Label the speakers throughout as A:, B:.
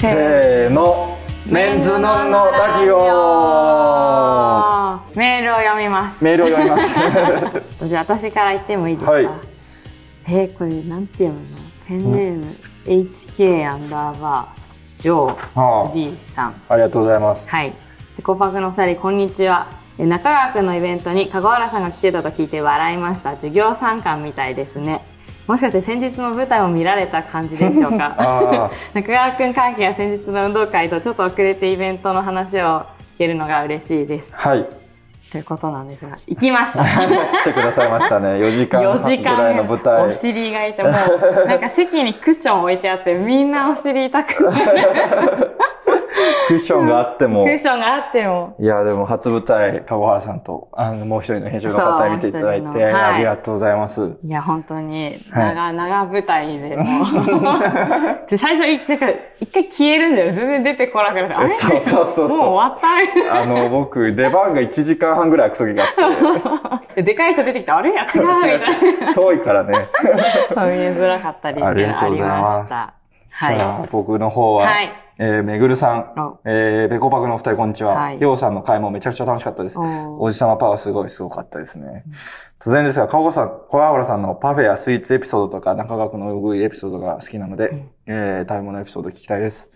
A: せーのメンズノンのラジオ
B: メールを読みます
A: メールを読みますは
B: じゃあ私から言ってもいいですか、
A: はい
B: えーこれなんて読むのペンネーム HK アンダーバージョ
A: あ
B: ー3さん
A: ありがとうございます
B: はいエコパクのお二人こんにちはえ中川くんのイベントに香川原さんが来てたと聞いて笑いました授業参観みたいですねもしかして先日の舞台を見られた感じでしょ うか
A: あ
B: 中川くん関係が先日の運動会とちょっと遅れてイベントの話を聞けるのが嬉しいです
A: ーはい
B: ということなんですが行きました
A: 来てくださいました ね4時間
B: 4
A: 半
B: 時
A: ぐらいの舞
B: 間
A: 台
B: お尻が痛いてもうなんか席にクッション置いてあってみんなお尻痛くて
A: クッションがあっても
B: クッションがあっても
A: いやでも初舞台籠原さんとあのもう一人の編集の
B: そう
A: 方見ていただい
B: もう一
A: て、
B: 人のはい
A: ありがとうございます
B: いや本当に
A: はい
B: 長、長舞台でも うで最初いなんか一回消えるんだよ全然出てこなくなってあれ
A: そうそうそうそう
B: もう終わったみたいな
A: あの僕出番が1時間半ぐらい空く時があっ
B: で
A: て
B: でかい人出てきたあれ違うみた いな
A: 遠いからね
B: 見えづらかったり
A: ありがとうございます
B: ありました
A: じ
B: は
A: ゃあ僕の方は、
B: はい
A: えーめぐるさん
B: お、
A: えー、べこぱくのお二人こんにちは。
B: はい
A: りょうさんの会もめちゃくちゃ楽しかったです。
B: おー
A: おじさまパワーすごいすごかったですね。突然ですが、かごさん、小川原さんのパフェやスイーツエピソードとか、中川くんのうぐいエピソードが好きなので、
B: うん
A: えー、食べ物エピソード聞きたいです。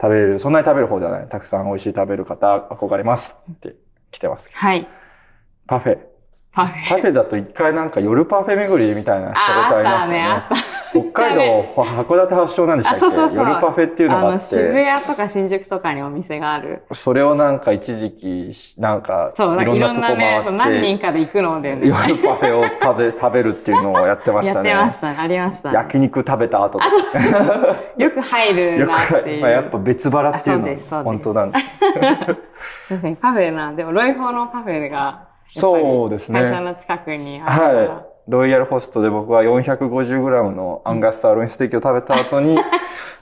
A: 食べる、そんなに食べる方ではない。たくさん美味しい食べる方、憧れます。って来てますけど。
B: はい
A: パフェ。
B: パフェ
A: パフェだと一回なんか夜パフェ巡りみたいなしたことありますよね。
B: ああったね
A: 北海道、函館発祥なんでしたっ
B: あ
A: け
B: そうそうそう
A: 夜パフェっていうのがあ
B: あの
A: って。
B: 渋谷とか新宿とかにお店がある
A: それをなんか一時期し、なんか、
B: そうなんか
A: い
B: い
A: ろ
B: ろ
A: ん
B: んな
A: なとこ回
B: ね
A: っ
B: そ
A: て、
B: う何人かで行くのでね
A: 夜パフェを食べ、 食べるっていうのをやってまし
B: や
A: た
B: っ
A: ね。
B: てましたねありましたね
A: 焼肉食べた後とか。
B: よく入る
A: よく
B: なってい
A: まあやっ
B: う
A: ぱ別腹っていうの
B: あそうですそうです
A: は本当なんです。
B: 確かにパフェなでもロイホーのパフェが
A: そうですね
B: 会社の近くにあるから、
A: はい。ロイヤルホストで僕は 450g のアンガスサーロインステーキを食べた 後に、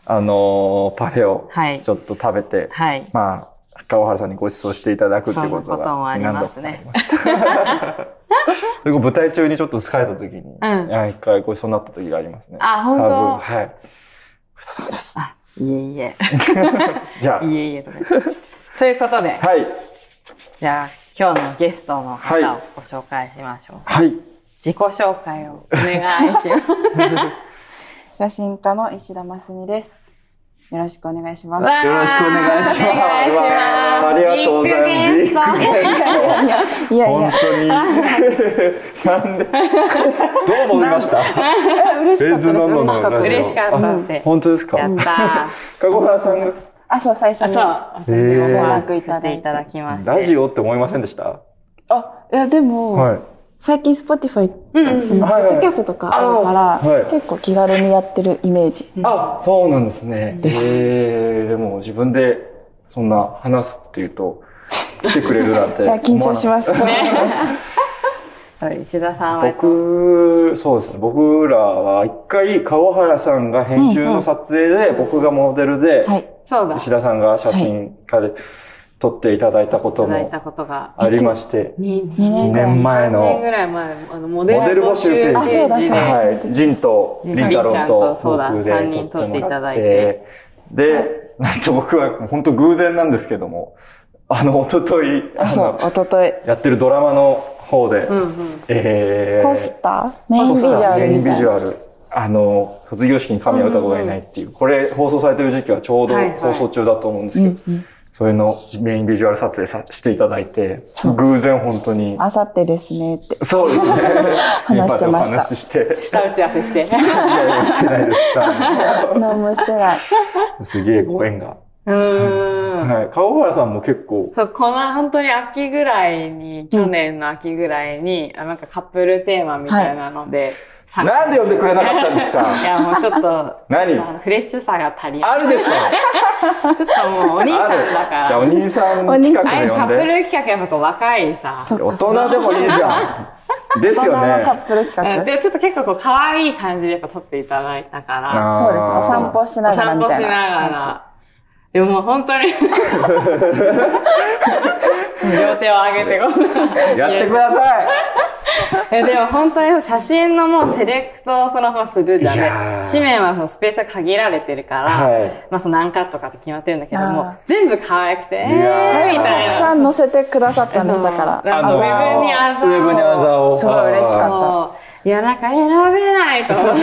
A: あのーパフェを
B: はい
A: ちょっと食べて、
B: はい
A: まあ、川原さんにご馳走していただくっていうこと
B: そんなことも
A: が
B: あり
A: 何度
B: ま
A: か
B: す
A: あり
B: ね
A: ました。 それこそ舞台中にちょっと疲れた時に、
B: ん
A: はい一回ご馳走になった時がありますね。
B: あ本当
A: 多分はい。ごちそうさまです。
B: あいえいえ
A: じゃあ、
B: いえいえとか言ってということで
A: はい。
B: じゃあ今日のゲストの
A: はい
B: 方をご紹介しましょう、
A: はい。
B: 自己紹介をお願いし ます
C: 写真家の石田真澄です。よろしくお願いします。
A: よろしくお願いしま
B: お
A: す
B: 願いします
A: ありがとうございます
B: ビッグゲスト
A: ビッグ
C: いやいやい
A: 本
C: やいや
A: 当に。なんで、どう思いました
C: え嬉しかったです。嬉しかった
B: 嬉
C: で
B: し
C: す。
B: かったって
A: 本当ですか
B: やった
A: 籠原さんが、
C: あ、そう、最初に。
B: あそう、
A: へー
B: ご連絡いただいただきまして。
A: ラジオって思いませんでした
C: あ、いや、でも、
A: はい。
C: 最近 Spotify、
B: うんうん
C: ポ
A: はいはい
C: ッドキャストとかあるから、
A: あーはい
C: 結構気軽にやってるイメージ。
A: あ、そうなんですね。
C: です
A: えー、でも自分でそんな話すっていうと、来てくれる なんて。
C: いや、緊張し
A: す。
C: ます。緊張します。
B: はい石田さんは、えっと
A: 僕、そうですね。僕らは一回、川原さんが編集の撮影で、僕がモデルで、
C: はい。
B: そうだ、い
A: 石田さんが写真家で撮っていただいたこと
B: ただい
A: も
B: たことが。
A: ありまして、
B: 2
A: 2
C: 2年ぐらい。
A: 年前
B: 3年ぐ
A: の
B: らい前、あの、モデル
A: モデル募集ペー
C: あ
A: ジ
C: そうだそ
A: で、
C: うだ
A: はい、ジンと、
B: ジン
A: ジン太郎と、
B: そうだ
A: 僕で
B: 三人撮っていただいて
A: 撮もらって。で、なんと僕は、本当偶然なんですけども、あの、一昨日あ
C: あ、そう、
A: の、
C: 一昨日
A: やってるドラマの方で、
B: うんうん。
A: えー、
C: ポスターメインビジュアル
A: メイン
C: み
A: ビ
C: たい
A: ジュ
C: な。
A: アル。あの、卒業式に神谷歌子がいないっていう、これ放送されてる時期はちょうど
B: はいはい
A: 放送中だと思うんです
C: う
A: けど、
C: んうん。
A: それのメインビジュアル撮影さしていただいて
C: そ、う
A: 偶然本当に。
C: あさってですねって。
A: そうですね。
C: 話してま
A: 今
C: した
A: でお話しして。
B: 下打ち合わせして。
A: いやいやしてないです。あ
C: 何もしてない。
A: の すげえご縁が。
B: うーん。
A: はい。川原さんも結構、
B: そう、この本当に秋ぐらいに、去年の秋ぐらいに、あなんかカップルテーマみたいなので、参加
A: なんで呼んでくれなかったんです
B: い
A: か
B: や、もうちょっと、
A: 何
B: ちょっとあのフレッシュさが足りな
A: あるでしょ
B: い。ちょっともうお兄さ
A: あ
B: ん
A: る。
B: だから。
A: じゃあお兄さん企
C: お兄
A: 画
B: あ
A: で
B: れカ
A: 呼ん
B: ップ
A: で。
B: ル企画やっぱこう若いさ。
C: そ
A: 大
C: っか。
A: 人でもいいじゃん。ですよ
C: 大人の
A: ね
C: カ。ップル企
B: うん
C: 画。
B: で、ちょっと結構こう、可愛い感じでやっぱ撮っていただいたから、
C: そうですね。お散歩し
B: お
C: ながら
B: 散
C: み
B: 歩した
C: い
B: な
C: な
B: が
C: 感じ。
B: ら。でももう本 当に、両手を上げてごめん。
A: やってください
B: えでも本当に写真のもうセレクトをそのままするじゃん
A: いや
B: ね
A: ー。
B: 紙面はそのスペースが限られてるから、
A: はい。
B: まあその何カットかって決まってるんだけど
C: あー
B: も、全部可愛くて、えー
A: いやー
B: みたい
C: たく
B: な。
C: さん載せてくださったんでしたから。
B: あの
C: あ
B: ウェブにあざを
A: ウェブにあざを。
C: すごい嬉しかった
B: そういや、なんか選べないと思って。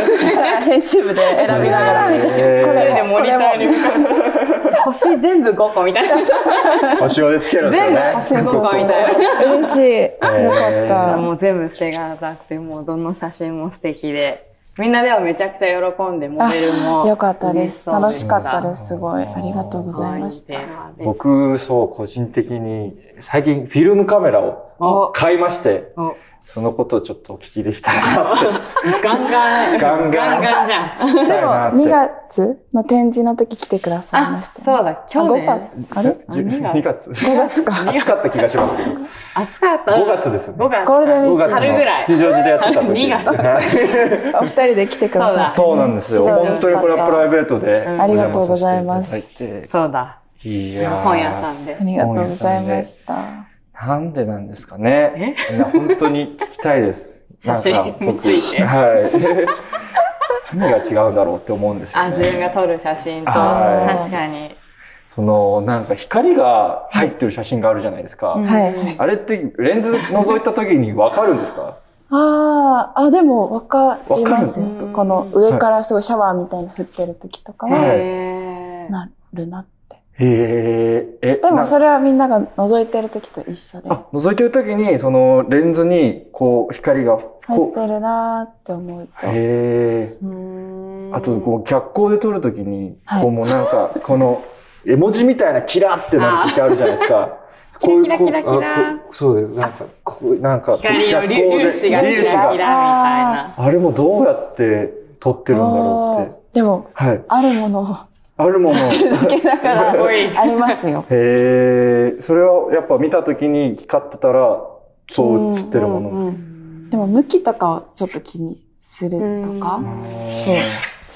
C: 編集部で選びながら。
A: へー
C: こ
B: それ
C: れ
B: で
C: も
B: モニターに向かって 星全部5個みたいな。
A: 星をでつけるんですよ
B: 全
A: ね
B: 部。星5個みたいな。
C: 嬉しい。よかった。
B: もう全部捨てがなくて、もうどの写真も素敵で。みんなではめちゃくちゃ喜んで、モデルも。。
C: よかったです。楽しかったですす。すごい。ありがとうございました。
B: 僕、
A: 僕、そう、個人的に、最近フィルムカメラを
B: お
A: 買いまして、
B: お
A: そのことをちょっとお聞きできたらなって。
B: ガンガン、
A: ガンガン
B: ガンじゃん。
C: でも、2
A: 月。
C: 月の展示の時来てくださいま
B: あ、
C: し
B: そ
C: た
B: う
C: よね。
B: だ、去年。
C: あ5月。あれ
B: あ二月
A: 2月。
C: ?5 月か。
A: 暑かった気がしますけど。
B: 暑かった。
A: 5月ですよね
B: 5月。
C: ゴールデンウィ
A: 5
C: ーク
A: 月
B: 春ぐら
A: の
B: い
A: 吉祥寺でやってた時
B: 二月
A: はい
C: お二人で来てください。
A: そうなんですよ。
C: ごい
A: 本当にこれはプライベートで。
B: うん
C: ありがとうございます。
B: そうだ、
A: いやー
B: 本屋さんで
C: あ。りがとうございました。
A: なんでなんですかね。いや本当に聞きたいです。
B: 写真
A: なんか僕
B: について
A: はい。 何が違うんだろうって思うんです
B: あ、
A: よ
B: 自分
A: ね。
B: が撮る写真と、
A: はい
B: 確かに。
A: その、なんか光が入ってる写真があるじゃないですか
B: う。ん
C: はいはい。
A: あれってレンズ覗いた時にわかるんですか
C: あーあ、でもわかりますよ
B: わかる。
C: この上からすごいシャワーみたいに降ってる時とか
A: はい
C: は、
B: へー
C: なるなって。
A: へえ。え、
C: でも
A: な
C: それはみんなが覗いてる時と一緒で、
A: あ、覗いてる時に、そのレンズに、こう、光が、
C: 入っ
A: こう、
C: てるなーって思うと。
A: へえ。
B: うーん
A: あと、こう、逆光で撮るときに、
C: はい
A: こう、もうなんか、この、絵文字みたいなキラってなるときあるじゃないですか。
B: キラ
A: こういう
B: キラキラキラ
A: こうあこうそうです。なんか、こう、なんか、
B: 光の
A: 逆
B: 粒
A: 光
B: 粒
A: で
B: 子がキラキラみ
A: 粒子
B: たい
A: が
B: な。
A: あれもどうやって撮ってるんだろうって。
C: でも、
A: はい。
C: あるものを
A: あるもの。
C: だか
B: すご
C: ら、
B: い。
C: ありますよ。
A: へえ、それはやっぱ見たときに光ってたら、そう映ってるもの。
C: うんうんうんでも、向きとかをちょっと気にすると
B: う
C: か
B: ん
C: そうで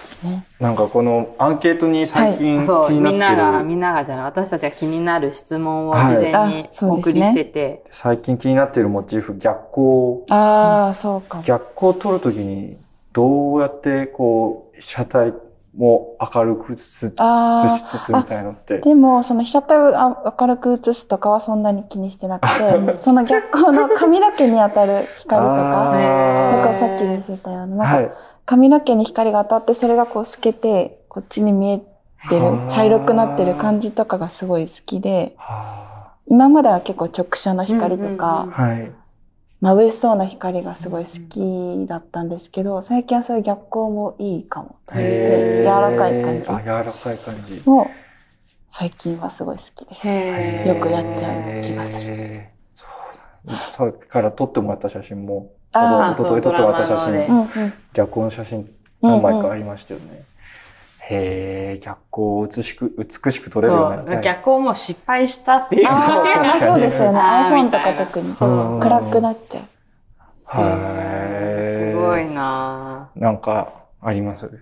C: すね。
A: なんかこのアンケートに最近気
B: そう、み
A: に
B: ん
A: なって
B: な
A: る、
B: が、みんながじゃない、私たちが気になる質問を
A: はい
B: 事前に
C: あ
B: お
C: そうです
B: 送
C: ね
B: りしてて、
A: 最近気になってるモチーフ逆
C: ああ、そうか
A: 光。。逆光を撮るときにどうやってこう車体も明るく映し
C: あ
A: つつみたいのって
C: あ、。でも、その被写体をあ明るく映すとかはそんなに気にしてなく て、その逆光の髪の毛に当たる光と
A: あ
C: か、
A: ー
C: それこそさっき見せたような、なんか
A: はい。
C: 髪の毛に光が当たってそれがこう透けて、こっちに見えて
A: は
C: る
A: あ、
C: 茶色くなってる感じとかがすごい好きで、
A: は
C: 今までは結構直射の光とか、
B: うんうんうん
A: あはい。
C: 眩しそうな光がすごい好きだったんですけど、最近はそういう逆光もいいかもと思っ
A: へ
C: て、
A: ー
C: 柔らかい感
A: あ、
C: じ
A: 柔らかい感じ。
C: も最近はすごい好きです。
B: へー
C: よくやっちゃう気がす
A: る。そうださっきから撮ってもらった写真も、あ
C: あ
B: ー
A: の一昨日撮ってもらった写
B: そうドラマのね
A: 真
C: う、んうん。
A: 逆光の写真
C: うんう
A: 何
C: ん
A: 枚かありましたよね。へえ、逆光を美しく、美しく撮れるようになり
B: そ
A: た
B: う
A: い。、
B: 逆光も失敗したっていう。
C: あ
A: そう
C: ーまあそうですよね。
B: あー
C: iPhone
B: み
C: と
B: た
C: か
B: いな
C: 特に
A: うん
C: 暗くなっちゃう。
A: はい。
B: すごいなぁ
A: なんか、ありますか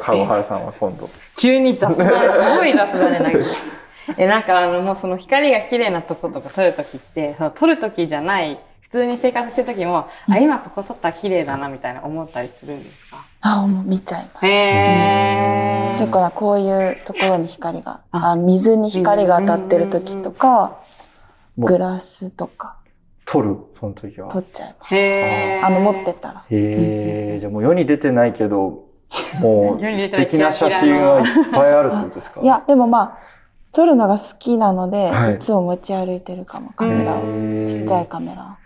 A: かごはるさんは今度。
B: 急に雑談、すごい雑談でない。 え、なんかあの、もうその光が綺麗なとことか撮るときって、その撮るときじゃない、普通に生活してるときも、あ、今ここ撮ったら綺麗だなみたいな思ったりするんですか
C: あ、もう見ちゃいます。
B: へ
A: うん
B: え。
C: 結構な、こういうところに光が、あ水に光が当たってる時とか、
A: うん
C: グラスとか
A: 撮る、その時は。
C: 撮っちゃいます。
B: へえ。
C: あの、持ってたら。
A: へえ、じゃあもう世に出てないけど、もう
B: 世に出
A: 素
B: てない
A: 敵な写真がいっぱいあるってことですか
C: い、や、でもまあ、撮るのが好きなので、
A: はい
C: いつも持ち歩いてるかも、カ
A: へ
C: メラを。
A: ー
C: ちっちゃい。カメラ。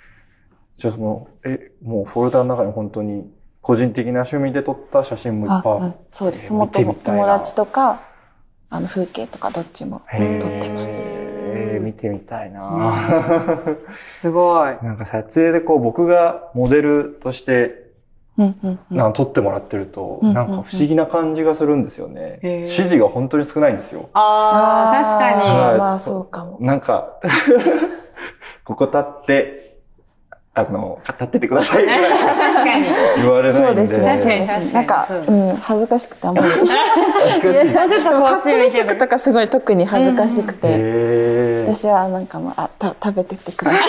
A: じゃあその、え、もうフォルダの中に本当に個人的な趣味で撮った写真もいっ
C: あ、
A: ぱい。
C: うん、そうです。
A: えー
C: もっと
A: 見て
C: も
A: みたいな
C: 友達とか、あの風景とかどっちも。
A: へー
C: 撮ってます
A: へー見てみたいな、
B: すごい。
A: なんか撮影でこう僕がモデルとして
C: うんうんうん。
A: なんか撮ってもらってると、
C: うん
A: なんか不思議な感じがするんですよね。
B: へー
A: 指示が本当に少ないんですよ。
B: ああ、確
C: ー
B: か
A: はい
C: まあそうかも。
A: なんか、 ここ立って、あの、立っててくだ さいぐ
B: に。
A: らいしか
B: 確かに。
A: 言われ
C: そ
A: な
C: う
A: いんで。
C: ですね。そう
B: 確
C: で
B: か
C: す
B: に
C: ね。なんか、
B: 確か
C: う
B: に
C: ん、恥ずかしくてあんまり。
A: 恥ずかしい。
B: もうちょっとこ
C: カ
B: っ
C: ッ
B: ち
C: プル
B: 見てる
C: 服。とかすごい特に恥ずかしくて、
A: へー
C: 私はなんかもう、あ、た食べてってください。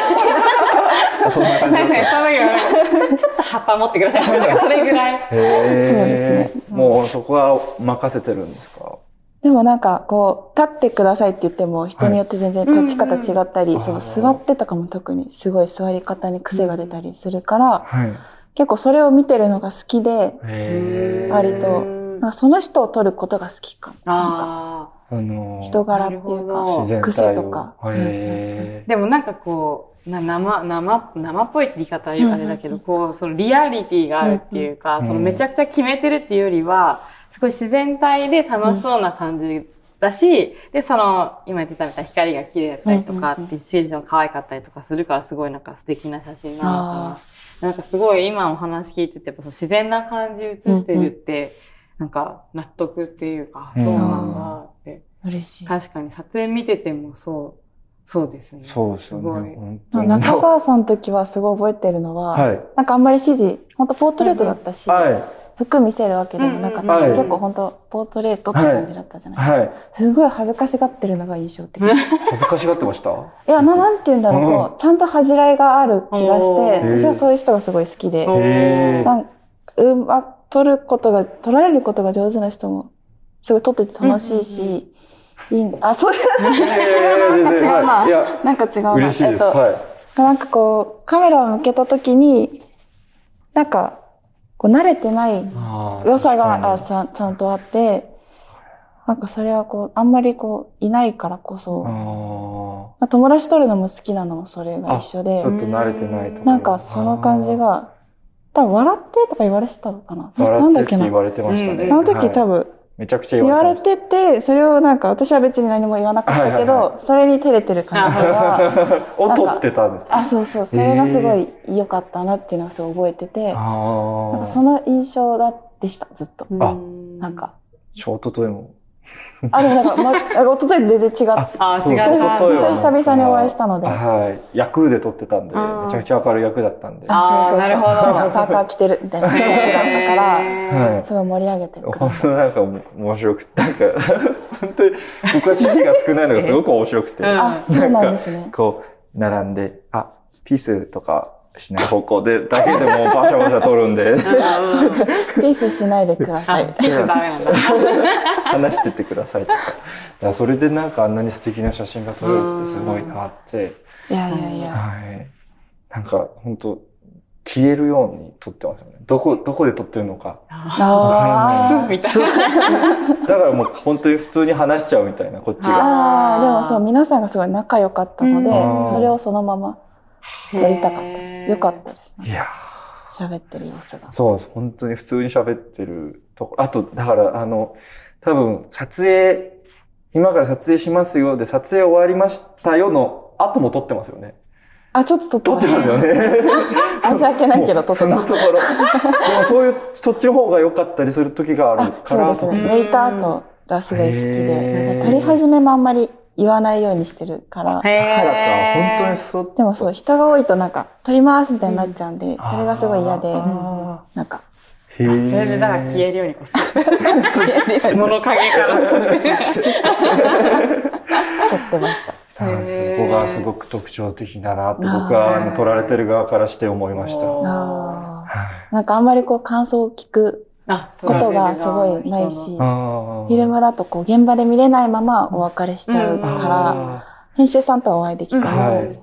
A: そんな感じだった。
B: その時はちょ、ちょっと葉っぱ持ってください。なんかそれぐらい。
A: へー
C: そうですねうん
A: もうそこは任せてるんですか
C: でもなんか、こう、立ってくださいって言っても、人によって全然立ち方違った
A: う
C: り、
A: んうん
C: そ
A: あ
C: の
A: ー
C: 座ってとかも特にすごい座り方に癖が出たりするから、
A: はい。
C: 結構それを見てるのが好きで、
A: へー
C: 割となんかその人を撮ることが好きかも。なんか
B: ああ。
A: あのー
C: 人柄っていう
B: なるほ
C: か、
B: ど
A: 自然体を
C: 癖とか。
A: へ
B: でもなんかこう、な生、生、生っぽいって言い方あれだけど、
C: うん
B: こう、そのリアリティがあるっていうか、
A: うん
B: そのめちゃくちゃ決めてるっていうよりは、すごい自然体で楽しそうな感じだし、で、その、今言ってたみたいに光が綺麗だったりとか、
C: うんうんうん
B: っていうシチュエーション可愛かったりとかするから、すごいなんか素敵な写真なのかな。なんかすごい今お話聞いてて、やっぱその自然な感じ写してるって、なんか納得っていうか、
A: うん
B: そうなんだって。
C: 嬉しい。
B: 確かに撮影見ててもそう、そうですね。
A: ーそうですよね。
B: すごい
A: 本当に
C: 中川さんの時はすごい覚えてるのは、
A: はい。
C: なんかあんまり指示、本当ポートレートだったし、
A: は
C: 服見せるわけでもなかったから、
A: うんうんうん
C: 結構本当ポートレートって感じだったじゃ
A: い。
C: ない、
A: はい。
C: すごい恥ずかしがってるのが印象的。
A: 恥ずかしがってました
C: いや、な、なんて言うんだろう、
A: うん
C: こう、ちゃんと恥じらいがある気がし
B: お
C: て、
A: ー
C: 私はそういう人がすごい好きで、
B: おー
A: へ
C: なんか、うま、撮ることが、撮られることが上手な人も、すごい撮ってて楽しいし、
B: うんうん
C: いい、あ、そうじ ゃない、
A: 違
C: なんか違うな。
A: いや、
C: なんか違うな。
A: 嬉しい
C: え
A: で
C: っ
A: す。
C: と、
A: は
C: なんかこう、カメラを向けた時に、なんか、こう、慣れてない
A: い。
C: 良さがあ
A: 確か
C: さちゃんとあって、なんかそれはこう、あんまりこう、いないからこそ、
A: にあー
C: まあ、友達取るのも好きなのもそれが一緒で
A: ちょ、っと慣れてないところ
C: なんかその感じ、が、多分笑ってとか言われてたのかな
A: あー
C: ななん
A: 笑
C: だっ
A: って
C: け
A: って
C: な
A: 言われてました
B: う
A: ね。
B: ん
C: あの時多
A: 分、
C: 分
A: めちゃくちゃ
C: 言われ
A: て
C: てて、それをなんか私は別に何も言わなかった
A: は
C: け
A: いはい
C: ど、それに照れてる感 じが、
A: を取ってたんです
C: あ、そうそう、それがすごい良かったなっていうのがすごい覚えて
A: あ
C: て、なん
A: あ
C: かその印象だでした、ずっと。
A: あ
C: なん。か、
A: ショートトイも。
C: あ、でもなんか、ま、なんか一昨日と全然違っ
B: あ、
A: そう
B: 違う
C: そう
B: な。
A: そう
C: 本当に久々にお会いしたので、あ、
A: はい。役で撮ってたんで、め
B: うん
A: ちゃくちゃ明るい役だったんで。は
B: あー
C: そうそうそう、
B: なるほど
C: なんかパーカー着てるみたいな感じだったか
B: へ
C: ら、
B: ー
A: い。
C: すごい盛り上げてくだ
A: 本
C: さ
A: 当なんかも面白くて、なんか、 本当に僕は指示が少ないのがすごく面白くて、
B: うん
C: あ、そうなんですね。
A: こう、並んで、あ、ピースとかしない方向で、だけでもうバシャバシャ撮るんで、
B: うん
C: そうか、ピースしないでくださいみ
B: あ
C: たい、
B: ちょっとダメなんだ。
A: 話しててくださいとか。だからそれでなんかあんなに素敵な写真が撮れるってすごいなって、
C: な。いやいやいや。
A: はい。なんか、本当消えるように撮ってますよね。どこ、どこで撮ってるのか。
C: あ
B: す
C: ー
B: ぐみたいな。
A: だからもう本当に普通に話しちゃうみたいな、こっちが。
B: あ
C: あ
B: ー
C: ーでもそう、皆さんがすごい仲良かったので
A: うん、
C: それをそのまま撮りたかった
B: へ
C: で
B: ー
C: す。よかったです
A: い
C: ね。
A: や
C: 喋ってる様子が。
A: そうです。本当に普通に喋ってるところ。あと、だから、あの、多分、撮影、今から撮影しますよで、撮影終わりましたよの後も撮ってますよね。
C: あ、ちょっと撮
A: 撮
C: っ
A: ってて
C: ま
A: ます
C: す
A: よね。
C: 申し訳ないけど撮
A: も
C: っ
A: う
C: てた
A: そのところ。でもそういう、そっちの方が良かったりする時がある
C: あ、
A: か
C: そう
A: ら。
C: ですね。
B: うん
C: 抜いた後がすごい好き
A: へ
C: で、
A: ー
C: 撮り始めもあんまり言わないようにしてるから、
A: だからか、本当に
B: そ
A: そっ
C: でもそう、人が多いとなんか、撮りますみたいになっちゃうんで、それがすごい嫌で、
A: あ
C: なんか、
A: ーへー
B: れでだから消えるようにこうすっと、物陰からすっと
C: 撮ってました。
A: そうなんですよ
B: へー
A: ここがすごく特徴的だなって
C: あー
A: 僕はあの撮られてる側からして思いました。
B: おー
C: あーなんかあんまりこう感想を聞く
B: あ
C: ことがすごいないし、
B: う
C: フ
A: あー
C: ィルムだとこう現場で見れないままお別れしちゃうから、
A: あ
C: 編集さんとはお会いできて
B: ん
C: も、
A: はい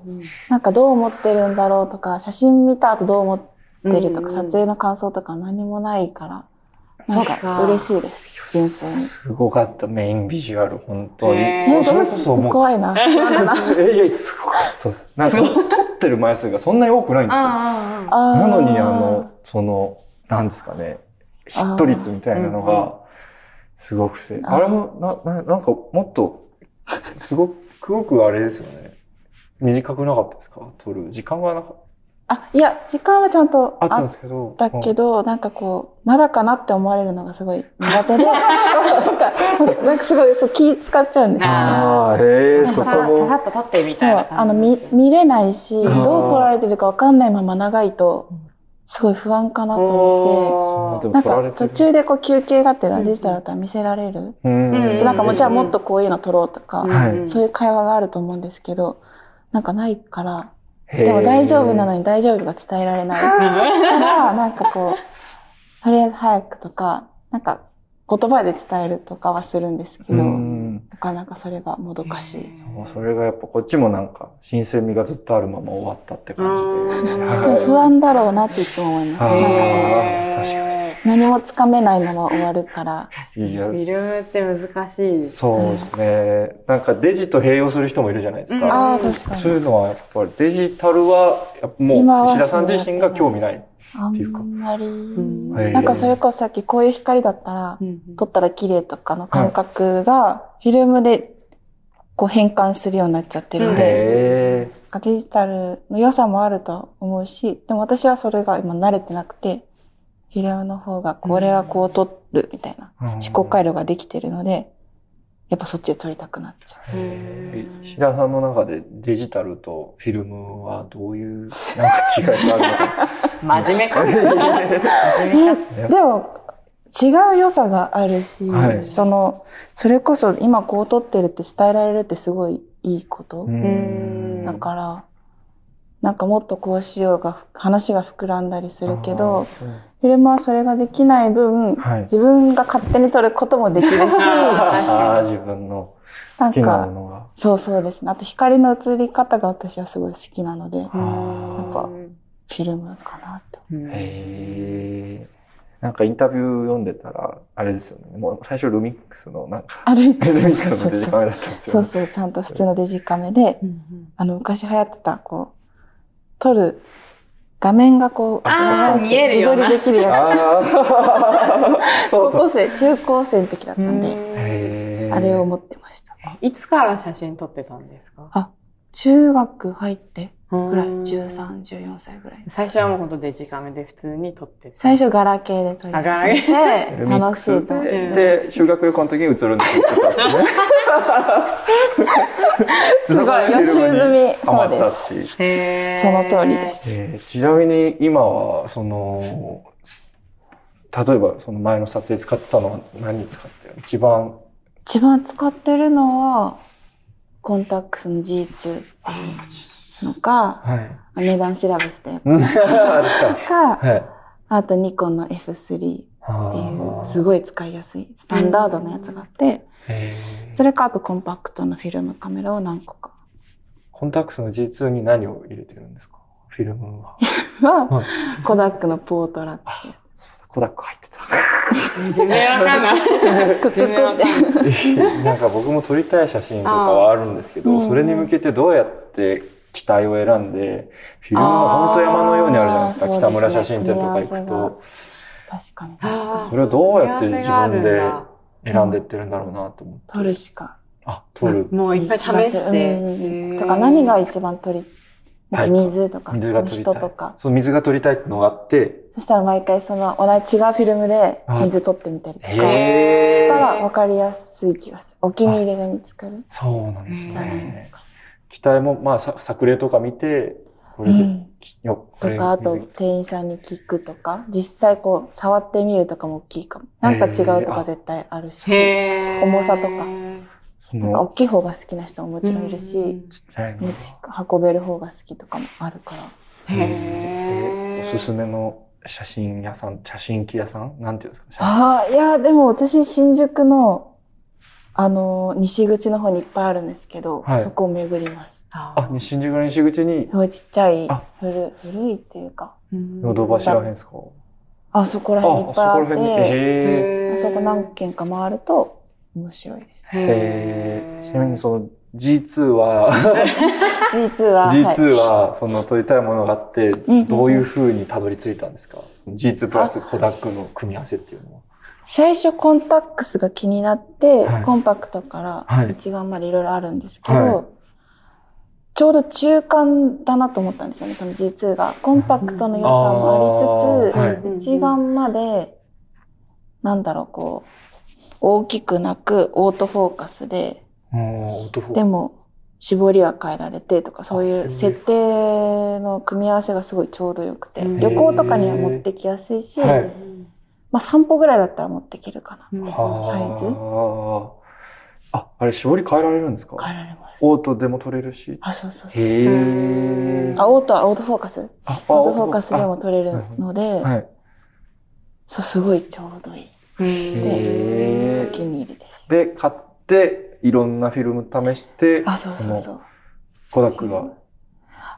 C: なんかどう思ってるんだろうとか、写真見た後どう思ってるとか、撮影の感想とか何もないから、なん
B: そっか
C: か嬉しいです、人生
A: ー。
C: に
A: すごかった、メインビジュアル、本当に。
B: へー
A: も
C: え、
A: うそ
C: ど
A: れ
C: う
A: こ
C: し
A: そもう、
C: 怖いな。
A: えいや、すごかったです。なんか、
B: す
A: 撮
B: ごい
A: ってる枚数がそんなに多くないんですよ。
B: ああ
C: な
A: なのに、あの、その、なんですかね、ヒット率みたいなの
B: あーうん
A: が、すごくて。
C: あー
A: あれも、な、ななんか、もっと、すごく、すごくあれですよね。短くなかったですか撮る。時間がなか
C: あ、いや、時間はちゃんと
A: あったん
C: あ
A: で
C: っ
A: すけど。
C: たけ
A: ど。
C: ど、なんかこう、まだかなって思われるのがすごい苦手で、 なんか、なんかすごいそう気使っちゃうんですよ。
A: ああ、へえ、
B: さ
A: そこ
B: ささ
A: も。
B: っと撮ってみ
C: そ
B: たいな
C: う、
B: 感じ
C: あの、見、見れないし、ど
A: ん
C: う撮られてるかわかんないまま長いと、すごい不安かなと思っ
B: おー
A: でも
C: て、なん
A: 撮られ
C: か
A: て
C: 途
A: る
C: 中でこう休憩があってらデジタルだったら見せられる
A: う
B: うん
C: し、なんかもちろんもっとこういうの撮ろうと
B: うん
C: か、
A: はい
B: うん
C: そういう会話があると思うんですけど、なんかないから、でも大丈夫なの
A: に。
C: に大丈夫が伝えら れない。だから、なんかこう、とりあえず早くとか、なんか言葉で伝えるとかはするんですけ
A: う
C: ど、
A: ん。
C: なかなかそれがもどかしい。
A: もうそれがやっぱこっちもなんか、新鮮味がずっとあるまま終わったって感じ
B: う
A: で。
B: ん
C: でも
A: はい
C: 不安だろうなっていつも思います。
A: あー
C: なんか
A: あー確
C: 何もつかめないまま終わるから、
B: 確かに。
A: いや
B: フィルムって難しい。
A: そうですね。なんかデジと併用する人もいるじゃないです
B: うん
A: か。
C: ああ、確か
A: そういう
C: に。
A: のはやっぱりデジタルは、やっぱも
C: 今は
A: う石田さん自身が興味ない。
C: あ
A: っていうか
C: んまり。
B: ん
A: はい
C: なんかそれこそさっきこういう光だったら、撮ったら綺麗とかの感覚が、フィルムでこう変換するようになっちゃってるん
B: うん
C: で、
A: へ
C: なんかデジタルの良さもあるとは思うし、でも私はそれが今慣れてなくて、フィルムの方がこれはこう撮るみたいな
A: ー
C: 思考回路ができてるので、やっぱそっちで撮りたくなっちゃう。
A: へー石田さんの中でデジタルとフィルムはどういうなんか違いがある
B: 真面目か。
A: の か。
B: 真面目か。
A: やっぱ
C: でも違う良さがあるし、
A: はい
C: その、それこそ今こう撮ってるって伝えられるってすごいいいこと。
B: ん
C: だから、なんかもっとこうしようが、話が膨らんだりするけど、フィルムはそれができない分、
A: はい。
C: 自分が勝手に撮ることもで きるし、
A: ああ、自分の好きなものが。
C: そうそうですね。あと光の映り方が私はすごい好きなので、フ
A: なん
C: かィルムかなって。
A: へえ。なんかインタビュー読んでたら、あれですよね。もう最初ルミックスのなんか、
C: 歩いて
A: ルミック
C: そう
A: スの
C: そう
A: デジ
C: そ
A: カ
C: う
A: メだったんです
C: そ
A: よ
C: う
A: ね。
C: そう、ちゃんと普通のデジカメで、あの、昔流行ってた、こう、撮る、画面がこう、
B: あー
C: 動かして
B: 見えるような
C: 自撮りできるやつ。
A: ああ、そ
C: 高
A: うだ。
C: 校生、中高生の時だったんで、
A: へー
C: あれを持ってました。
B: いつから写真撮ってたんですか
C: 中学入って
B: ぐ
C: ぐらい、13、14歳ぐらい。
B: 最初はもうほんとデジカメで普通に撮って
C: 最初、ガラケーで撮り
B: あガラ
C: 始めて、
A: ルミッ
C: 楽
A: ク
C: しい
A: ス
C: と思っ
B: う
C: て
B: ん。
A: で、で修学旅行の時に映るんですよ
C: すごい、予習済み。そう
A: 余っ
C: で
A: た
C: す
A: って。いう。
B: へー
C: その通りで。す。
A: えーちなみに今は、その、例えばその前の撮影使ってたのは何に使ってる一番、
C: 一番使ってるのは、コンタックスの G2 のか、
A: はい。
C: 値段調べして
A: うん あ
C: か、
A: はい。
C: あとニコンの F3 っていう、すごい使いやすい、スタンダードなやつがあって、
A: えー
C: それかあとコンパクトなフィルムカメラを何個か。
A: コンタックスの G2 に何を入れてるんですかフィルムは。は
C: は、 コダックのポートラっていう。
A: コダック入ってた。
B: 全然わかんない。
C: クックク
B: 全然わかん
C: って
B: ない。
A: なんか僕も撮りたい写真とかはあるんですけ
C: あ
A: ど、
C: ー
A: それに向けてどうやって機体を選んで、フィルムが本当山のようにあるじゃないですか。
C: あー
A: 北村写真展とか行
C: そうです
A: く
C: ね組み合わ
A: と、
C: 確かに。
A: それをどうやって自分で選んでってるんだろうなと思って。
C: 撮るしか。
A: あ、撮る。
B: もういっぱい試して。
C: うん
B: へー
C: とか何が一番撮り、なんか水とか、
A: 水が撮りた
C: 人
A: い。
C: とか。
A: そう、水が撮りたいってのがあって、
C: そしたら毎回その同じ違うフィルムで水撮ってみたりとか、
A: へ
B: へー
C: したら分かりやすい気がする。お気に入りが見つかる
A: そうなんです
B: うん
C: じゃないです
A: ね。
C: か。
A: 機体も、まあ、さ作例とか見て、こ
C: う
A: れで、
C: ん。
A: よ、ことれ
C: か、あと
A: 水
C: 店員さんに聞くとか、実際こう触ってみるとかも大きいかも。なんか違うとか絶対あるし、
B: へー
C: 重さとか
A: そ
C: なんか
A: の、
C: 大きい方が好きな人ももちろんいるし、
A: ちっちゃいの
C: 持。ち運べる方が好きとかもあるから。
B: へ
A: お
B: ー
A: すすめの写真屋さん、写真機屋さんなんていうんですか写真
C: ああ、いや、でも私新宿の、あのー、西口の方にいっぱいあるんですけど、
A: はい
C: そこを巡ります。
A: あ、新宿の西口に
C: す、ごいちっちゃい
A: あ、
C: 古い、古いっていうか、
A: のど
C: 橋
A: 柱編ですか
C: あそこ
A: あ、
C: ら
A: そ
C: 辺い
A: こ
C: っぱい
A: ら
C: あっ
A: 辺に。
C: て、
A: へ
C: あそこ何軒か回ると面白いです。
A: え。へえ。ちなみにその G2 は、
C: G2 は、はい
A: G2 はその撮りたいものがあって、
C: うん
A: どういう風にたどり着いたんですか ?G2 プラスコダックの組み合わせっていうのは。
C: 最初コンタックスが気になって、
A: はい
C: コンパクトから
A: はい
C: 一眼までいろいろあるんですけど、
A: はい
C: ちょうど中間だなと思ったんですよね、その G2 が。コンパクトの良さもありつつ、
A: あーはい
C: 一眼まで、なんだろう、こう、大きくなく、オートフォーカスで、
A: もう、男。
C: でも、絞りは変えられてとか、そうい
A: へー
C: う設定の組み合わせがすごいちょうどよくて、
B: うん
C: 旅行とかには持ってきやすいし、
A: はい
C: まあ散歩ぐらいだったら持ってきるかな。
B: うん
A: はあ
C: サイズ
A: あーあ、あれ、絞り変えられるんですか
C: 変えられます。
A: オートでも撮れるし。
C: あ、そうそうそう。
A: へえ。
C: あ、オートはオートフォーカス
A: あ、
C: オートフォーカスでも撮れるの
A: あ
C: で、
A: はい。
C: そう、すごいちょうどいい。
A: へ
C: お
A: ー
C: 気に入りです。
A: で、買って、いろんなフィルム試して、
C: あ、そうそうそう。
A: コダックが、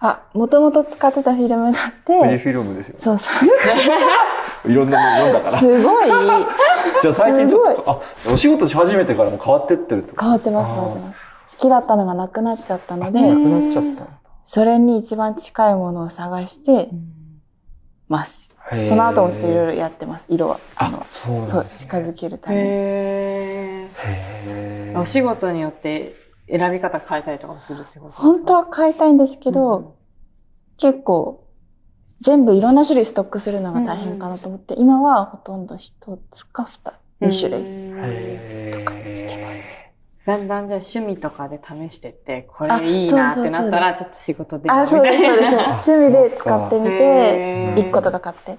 C: あ、もともと使ってたフィルムがあっ
A: 富士
C: て、
A: フィルムですよ。
C: そうそう。
A: いろんなもの読んだから。
C: すごい
A: じゃあ最近ちょっ
C: す
A: と、あ、お仕事し始めてからも変わってってるってこと
C: 変わってます、
A: あー
C: 変わってます。好きだったのがなくなっちゃったの
A: なく
C: で、
A: なっちゃったんだ
C: それに一番近いものを探してます。
A: へー
C: その後もいろいろやってます、色は。あ
A: あ
C: の、、
A: そうなんです
C: そう、
A: ね
C: 近づけるために。
B: へー
A: へー
B: お仕事によって選び方変えたりとかもするってことですか
C: 本当は買いたいんですけど、結構、全部いろんな種類ストックするのが大変かなと思って、今はほとんど一つか
B: うん
C: 二2種類。
B: 類。
A: へー
C: とかしてます
B: だんだんじゃあ趣味とかで試してって、こ
C: あ
B: れいいなっ
C: そう
B: て
C: そうそう
B: なったら、ちょっと仕事で。
C: あ、そうです、そうです。趣味で使ってみて、
B: へー
C: 1個とか買って、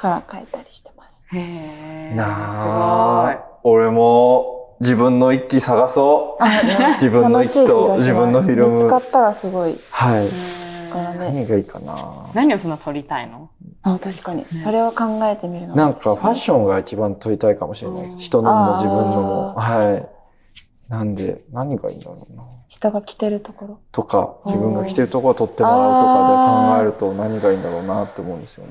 C: から変えたりしてます。
B: へー
A: なあ。俺も自分の一機探そう。自分の
C: 楽
A: 一
C: しい
A: 機
C: 気
A: と
C: がし
A: 自分の
C: ま
A: フ
C: す。
A: ィル
C: 見つか
A: ム。
C: ったらすごい。
A: はい。
B: すごい。
C: からね
A: 何がいいかな
B: 何をそんな撮りたいの
C: あ、確かに。それを考えてみるの
A: なんかファッ
C: ョ
A: ションが一番撮りたいかもしれないで
B: う
A: す。
B: ん
A: 人のも自分のも。
C: あ
A: はい。なんで、何がいいんだろうな。
C: 人が着てるところ。
A: とか、
C: うん
A: 自分が着てるところを撮ってもらうとかで考えると何がいいんだろうなって思うんですよね。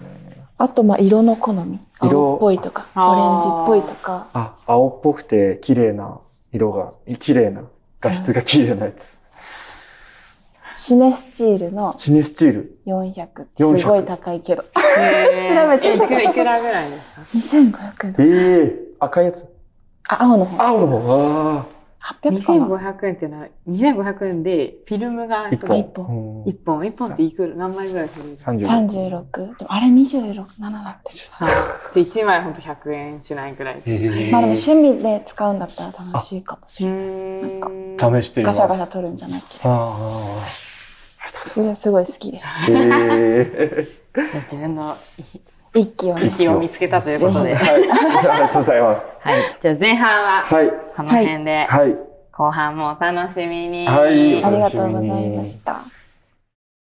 C: あと、まあ、色の好み。
A: 色
C: 青っぽいとか、
B: あ
C: オ
B: ー
C: レンジっぽいとか。
A: あ、青っぽくて綺麗な色が、綺麗な、画質が綺麗なや つ。
C: シネスチールの
A: シネスチール。
C: 400ってすごい高いけど。調
B: 調
C: べて
B: いくいくらぐらいですか
C: 2500円と
A: え
C: か。
A: え赤いやつ。
C: あ、青の方。
A: 青の方あ
C: 800かな。
B: ?2500 円っていうのは、2500円でフィルムが
A: あ。
B: そ
A: 一
B: の
A: 本。
C: 一本
B: 一本。一本っていくら何枚ぐらいするんですか
A: 三十。
C: 36。でもあれ26、7だって。
B: はいで、1枚ほんと100円しないぐらい。う
A: え
C: まあでも趣味で使うんだったら楽しいかもしれない。
B: ーん。
A: 試してみ
C: ガ
A: ます。
C: シャガシャ
A: あ
C: 取るんじゃなくて。
A: あ。ありがとう
C: それすごい好きです。
A: ございます。 え
B: 自分の
C: 一気をね。
B: 息を見つけたということ
A: え。
B: で。はい。
A: はい。ありがとうございます。
B: じゃあ前半は
A: はい。
B: この辺で、
A: はい。
B: 後半もお楽しみに。
A: はい
C: ありがとうございました。